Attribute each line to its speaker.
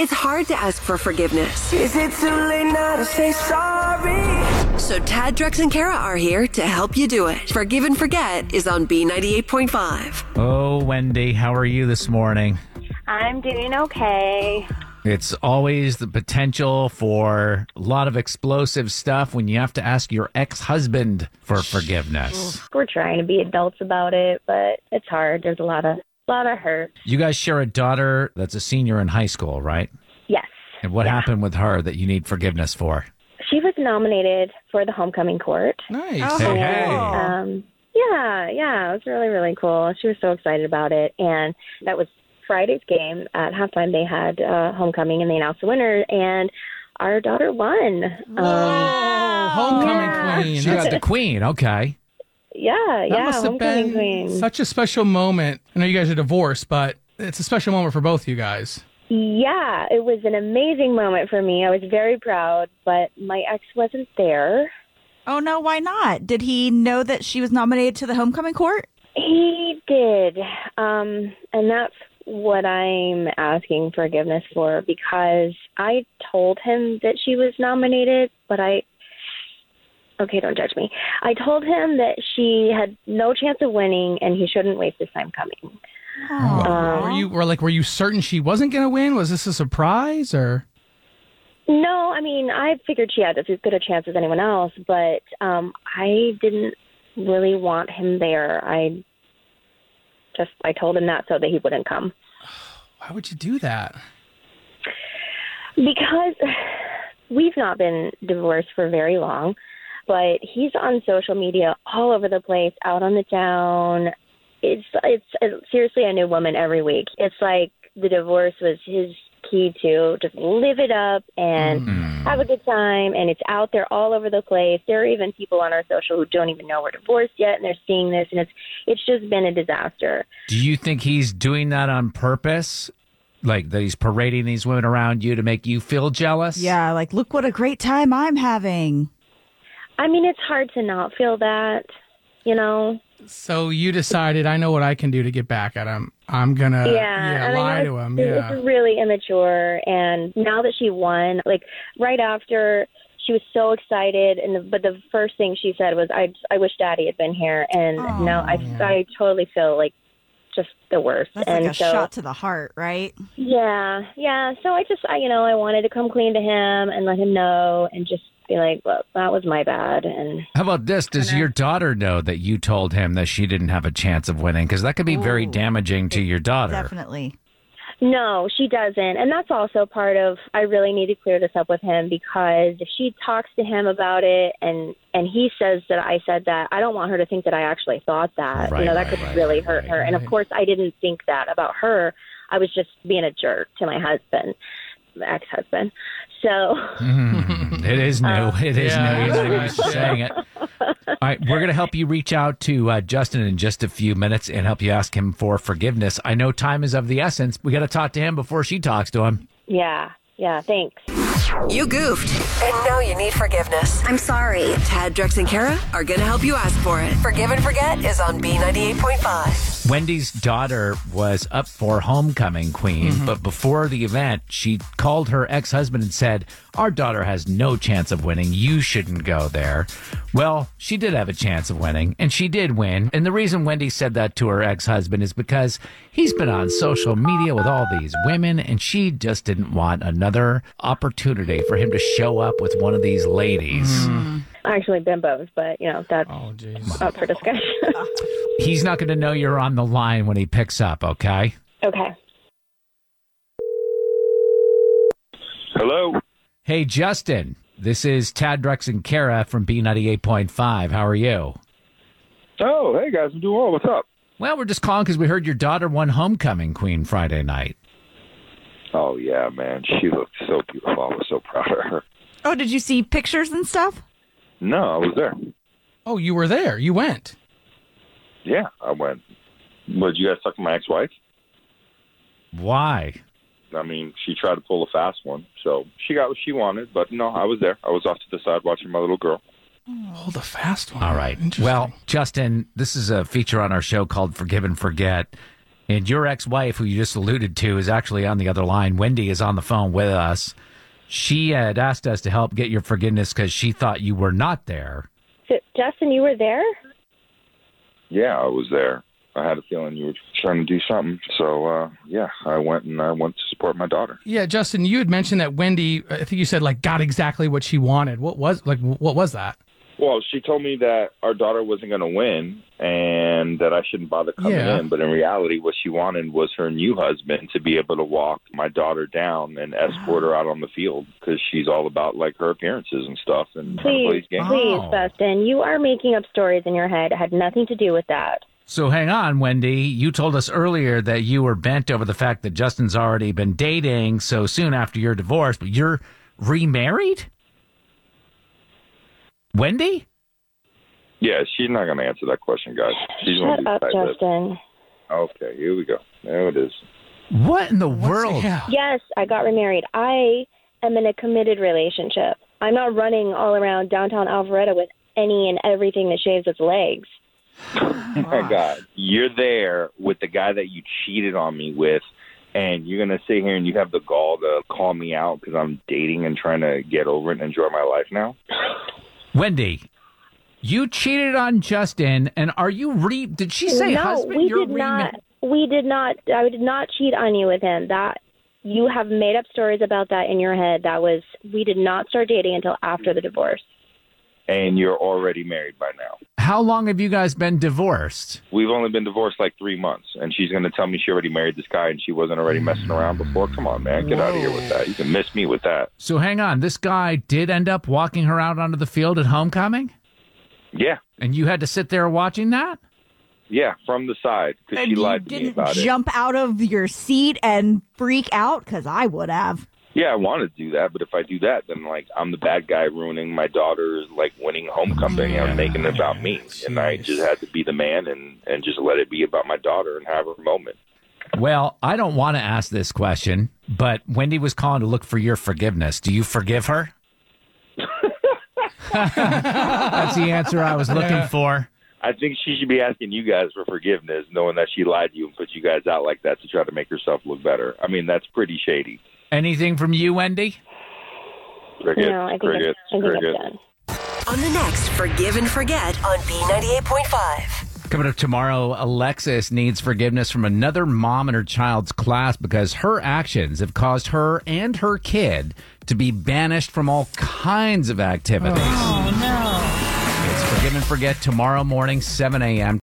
Speaker 1: It's hard to ask for forgiveness.
Speaker 2: Is it too late now to say sorry?
Speaker 1: So Tad, Drex, and Kara are here to help you do it. Forgive and Forget is on B98.5.
Speaker 3: Oh, Wendy, how are you this morning?
Speaker 4: I'm doing okay.
Speaker 3: It's always the potential for a lot of explosive stuff when you have to ask your ex husband for forgiveness.
Speaker 4: We're trying to be adults about it, but it's hard. There's a lot of lot of hurt.
Speaker 3: You guys share a daughter that's a senior in high school, right?
Speaker 4: Yes.
Speaker 3: And what happened with her that you need forgiveness for?
Speaker 4: She was nominated for the homecoming court.
Speaker 3: Nice.
Speaker 1: Oh.
Speaker 3: Hey, hey.
Speaker 4: Um yeah, yeah, it was really really cool. She was so excited about it and that was Friday's game at halftime they had uh homecoming and they announced the winner and our daughter won. Um
Speaker 5: Oh, homecoming
Speaker 4: Yeah.
Speaker 5: queen.
Speaker 3: She
Speaker 5: That's-
Speaker 3: got the queen. Okay.
Speaker 4: yeah,
Speaker 5: that
Speaker 4: yeah,
Speaker 5: must have
Speaker 4: homecoming
Speaker 5: been
Speaker 4: queen.
Speaker 5: such a special moment. I know you guys are divorced, but it's a special moment for both you guys.
Speaker 4: Yeah, it was an amazing moment for me. I was very proud, but my ex wasn't there.
Speaker 6: Oh no, why not? Did he know that she was nominated to the homecoming court?
Speaker 4: He did. Um, and that's what I'm asking forgiveness for because I told him that she was nominated, but I. Okay, don't judge me. I told him that she had no chance of winning and he shouldn't waste his time coming.
Speaker 5: were you were like were you certain she wasn't going to win? Was this a surprise or
Speaker 4: No, I mean, I figured she had as good a chance as anyone else, but um, I didn't really want him there. I just I told him that so that he wouldn't come
Speaker 5: why would you do that?
Speaker 4: because we've not been divorced for very long. But he's on social media all over the place, out on the town. It's it's uh, seriously a new woman every week. It's like the divorce was his key to just live it up and have a good time and it's out there all over the place. There are even people on our social who don't even know we're divorced yet and they're seeing this and it's it's just been a disaster.
Speaker 3: Do you think he's doing that on purpose? Like that he's parading these women around you to make you feel jealous?
Speaker 6: Yeah, like look what a great time I'm having.
Speaker 4: I mean it's hard to not feel that, you know.
Speaker 5: So you decided I know what I can do to get back at him. I'm going to
Speaker 4: yeah, and I
Speaker 5: Uh, lie
Speaker 4: know
Speaker 5: to him.
Speaker 4: It's,
Speaker 5: Yeah.
Speaker 4: it's really immature and now that she won, like right after she was so excited and the, but the first thing she said was I I wish daddy had been here and now I I totally feel like just the worst.
Speaker 6: That's
Speaker 4: and
Speaker 6: like a
Speaker 4: so
Speaker 6: shot to the heart, right?
Speaker 4: Yeah, yeah. So I just, I, you know, I wanted to come clean to him and let him know and just be like, well, that was my bad. And
Speaker 3: How about this? Does your daughter know that you told him that she didn't have a chance of winning? Because that could be very damaging to your daughter.
Speaker 6: Definitely.
Speaker 4: no, she doesn't. And that's also part of, I really need to clear this up with him because if she talks to him about it and, and he says that I said that, I don't want her to think that I actually thought that.
Speaker 3: Right,
Speaker 4: you know, that
Speaker 3: right,
Speaker 4: could
Speaker 3: right,
Speaker 4: really
Speaker 3: right,
Speaker 4: hurt her. And of
Speaker 5: right.
Speaker 4: course, I didn't think that about her. I was just being a jerk to my husband, ex husband. So.
Speaker 3: Mm, it is new. it is
Speaker 5: yeah,
Speaker 3: new. You're not
Speaker 5: that's
Speaker 3: even
Speaker 5: right.
Speaker 3: used to saying it. All right, we're going to help you reach out to uh, Justin in just a few minutes and help you ask him for forgiveness. I know time is of the essence. We got to talk to him before she talks to him.
Speaker 4: Yeah, yeah, thanks.
Speaker 1: You goofed.
Speaker 2: And now you need forgiveness.
Speaker 1: I'm sorry. Tad, Drex, and Kara are going to help you ask for it. Forgive and Forget is on B98.5.
Speaker 3: Wendy's daughter was up for homecoming queen, but before the event, she called her ex husband and said, Our daughter has no chance of winning. You shouldn't go there. Well, she did have a chance of winning, and she did win. And the reason Wendy said that to her ex husband is because he's been on social media with all these women, and she just didn't want another opportunity for him to show up with one of these ladies.
Speaker 4: Actually, bimbos, but you know that's
Speaker 5: Oh jeez.
Speaker 4: up for discussion.
Speaker 3: He's not going to know you're on the line when he picks up, okay?
Speaker 4: okay.
Speaker 7: Hello.
Speaker 3: Hey, Justin. This is Tad Drex and Kara from B98.5. How are you?
Speaker 7: Oh, hey guys, I'm doing well. What's up?
Speaker 3: Well, we're just calling because we heard your daughter won Homecoming Queen Friday night.
Speaker 7: Oh yeah, man, she looked so beautiful. I was so proud of her.
Speaker 6: Oh, did you see pictures and stuff?
Speaker 7: No, I was there.
Speaker 5: Oh, you were there. You went.
Speaker 7: Yeah, I went. But you guys talk to my ex-wife?
Speaker 3: Why?
Speaker 7: I mean, she tried to pull a fast one, so she got what she wanted. But no, I was there. I was off to the side watching my little girl.
Speaker 5: Oh, the fast one.
Speaker 3: All right.
Speaker 5: Interesting.
Speaker 3: Well, Justin, this is a feature on our show called Forgive and Forget. And your ex wife, who you just alluded to, is actually on the other line. Wendy is on the phone with us. She had asked us to help get your forgiveness because she thought you were not there.
Speaker 4: So, Justin, you were there?
Speaker 7: Yeah, I was there. I had a feeling you were trying to do something, so uh, yeah, I went and I went to support my daughter.
Speaker 5: Yeah, Justin, you had mentioned that Wendy, I think you said like got exactly what she wanted. What was like what was that?
Speaker 7: Well, she told me that our daughter wasn't going to win and that I shouldn't bother coming
Speaker 5: Yeah.
Speaker 7: in. But in reality, what she wanted was her new husband to be able to walk my daughter down and escort her out on the field because she's all about like her appearances and stuff and trying to play
Speaker 4: Please,
Speaker 7: these games.
Speaker 4: please,
Speaker 3: Oh.
Speaker 4: Justin, you are making up stories in your head. It had nothing to do with that.
Speaker 3: So hang on, Wendy. You told us earlier that you were bent over the fact that Justin's already been dating so soon after your divorce, but you're remarried? Wendy?
Speaker 7: Yeah, she's not going to answer that question, guys. She's going to
Speaker 4: Shut
Speaker 7: be
Speaker 4: up,
Speaker 7: tight-lipped.
Speaker 4: Justin.
Speaker 7: Okay, here we go. There it is.
Speaker 3: What in the world?
Speaker 5: Yeah.
Speaker 4: Yes, I got remarried. I am in a committed relationship. I'm not running all around downtown Alpharetta with any and everything that shaves its legs.
Speaker 7: Oh my God. You're there with the guy that you cheated on me with, and you're going to sit here and you have the gall to call me out because I'm dating and trying to get over it and enjoy my life now?
Speaker 3: Wendy, you cheated on Justin, and are you re? Did she say
Speaker 4: no,
Speaker 3: husband?
Speaker 4: we
Speaker 3: you're
Speaker 4: did
Speaker 3: remar-
Speaker 4: not. We did not. I did not cheat on you with him. That you have made up stories about that in your head. That was we did not start dating until after the divorce.
Speaker 7: And you're already married by now.
Speaker 3: How long have you guys been divorced?
Speaker 7: We've only been divorced like three months, and she's going to tell me she already married this guy and she wasn't already messing around before. Come on, man. Get out of here with that. You can miss me with that.
Speaker 3: So hang on, this guy did end up walking her out onto the field at homecoming,
Speaker 7: Yeah.
Speaker 3: and you had to sit there watching that.
Speaker 7: Yeah, from the side because
Speaker 6: And
Speaker 7: she
Speaker 6: you
Speaker 7: lied to me
Speaker 6: didn't
Speaker 7: about it.
Speaker 6: jump out of your seat and freak out because I would have.
Speaker 7: Yeah, I want to do that, but if I do that, then like I'm the bad guy ruining my daughter's like winning homecoming. I'm making it about me, and I just had to be the man and and just let it be about my daughter and have her moment.
Speaker 3: Well, I don't want to ask this question, but Wendy was calling to look for your forgiveness. Do you forgive her? That's the answer I was looking for.
Speaker 7: I think she should be asking you guys for forgiveness, knowing that she lied to you and put you guys out like that to try to make herself look better. I mean, that's pretty shady.
Speaker 3: Anything from you, Wendy?
Speaker 7: Cricket,
Speaker 4: no, I think
Speaker 7: cricket,
Speaker 4: I'm, I think
Speaker 7: cricket.
Speaker 4: I'm done.
Speaker 2: On the next Forgive and Forget on B98.5.
Speaker 3: Coming up tomorrow, Alexis needs forgiveness from another mom in her child's class because her actions have caused her and her kid to be banished from all kinds of activities. Oh, no. It's Forgive and Forget tomorrow morning, 7 a.m.